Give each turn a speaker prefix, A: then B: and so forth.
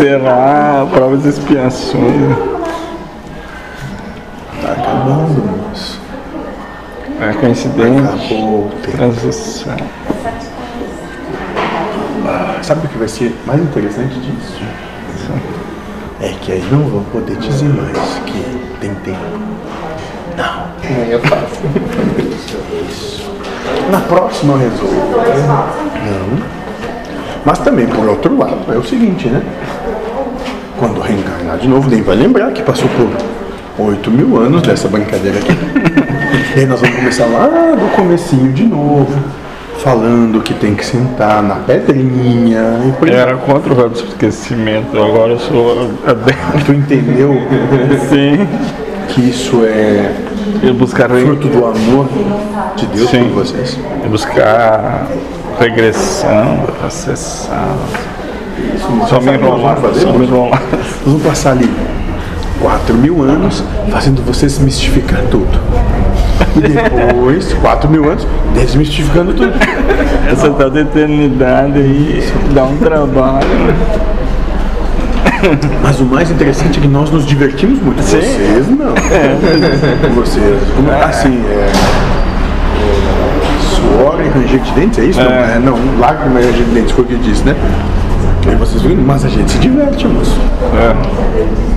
A: encerrar provas de expiações.
B: Tá acabando, moço.
A: É coincidente.
B: Acabou o tempo.
A: Transição.
B: Sabe o que vai ser mais interessante disso? É que aí não vão poder dizer mais que tem tempo.
A: Nem eu faço.
B: Na próxima eu resolvo. Não. Mas também, por outro lado, é o seguinte, né? Quando reencarnar de novo, nem vai lembrar que passou por 8 mil anos dessa brincadeira aqui. e aí nós vamos começar lá do comecinho de novo, falando que tem que sentar na pedrinha e por
A: Eu
B: aí.
A: era contra o verbo esquecimento, agora eu sou adepto.
B: Tu entendeu
A: Sim.
B: que isso é
A: E buscar, re-
B: fruto do amor de Deus
A: Sim.
B: por vocês.
A: e buscar regressão, acessar. Só me
B: Sabe o que nós
A: enrolar,
B: vamos fazer,
A: só me
B: moço?
A: enrolar.
B: Nós vamos passar ali 4 mil anos fazendo vocês mistificar tudo. E depois, 4 mil anos, desmistificando tudo.
A: Essa tal de eternidade aí dá um trabalho.
B: Mas o mais interessante é que nós nos divertimos muito. Vocês não. Vocês, como assim, é. é, Suor e ranger de dentes, é isso? Não,
A: É.
B: é, não, lágrima e ranger de dentes, foi o que disse, né? E vocês viram, mas a gente se diverte, moço.
A: É.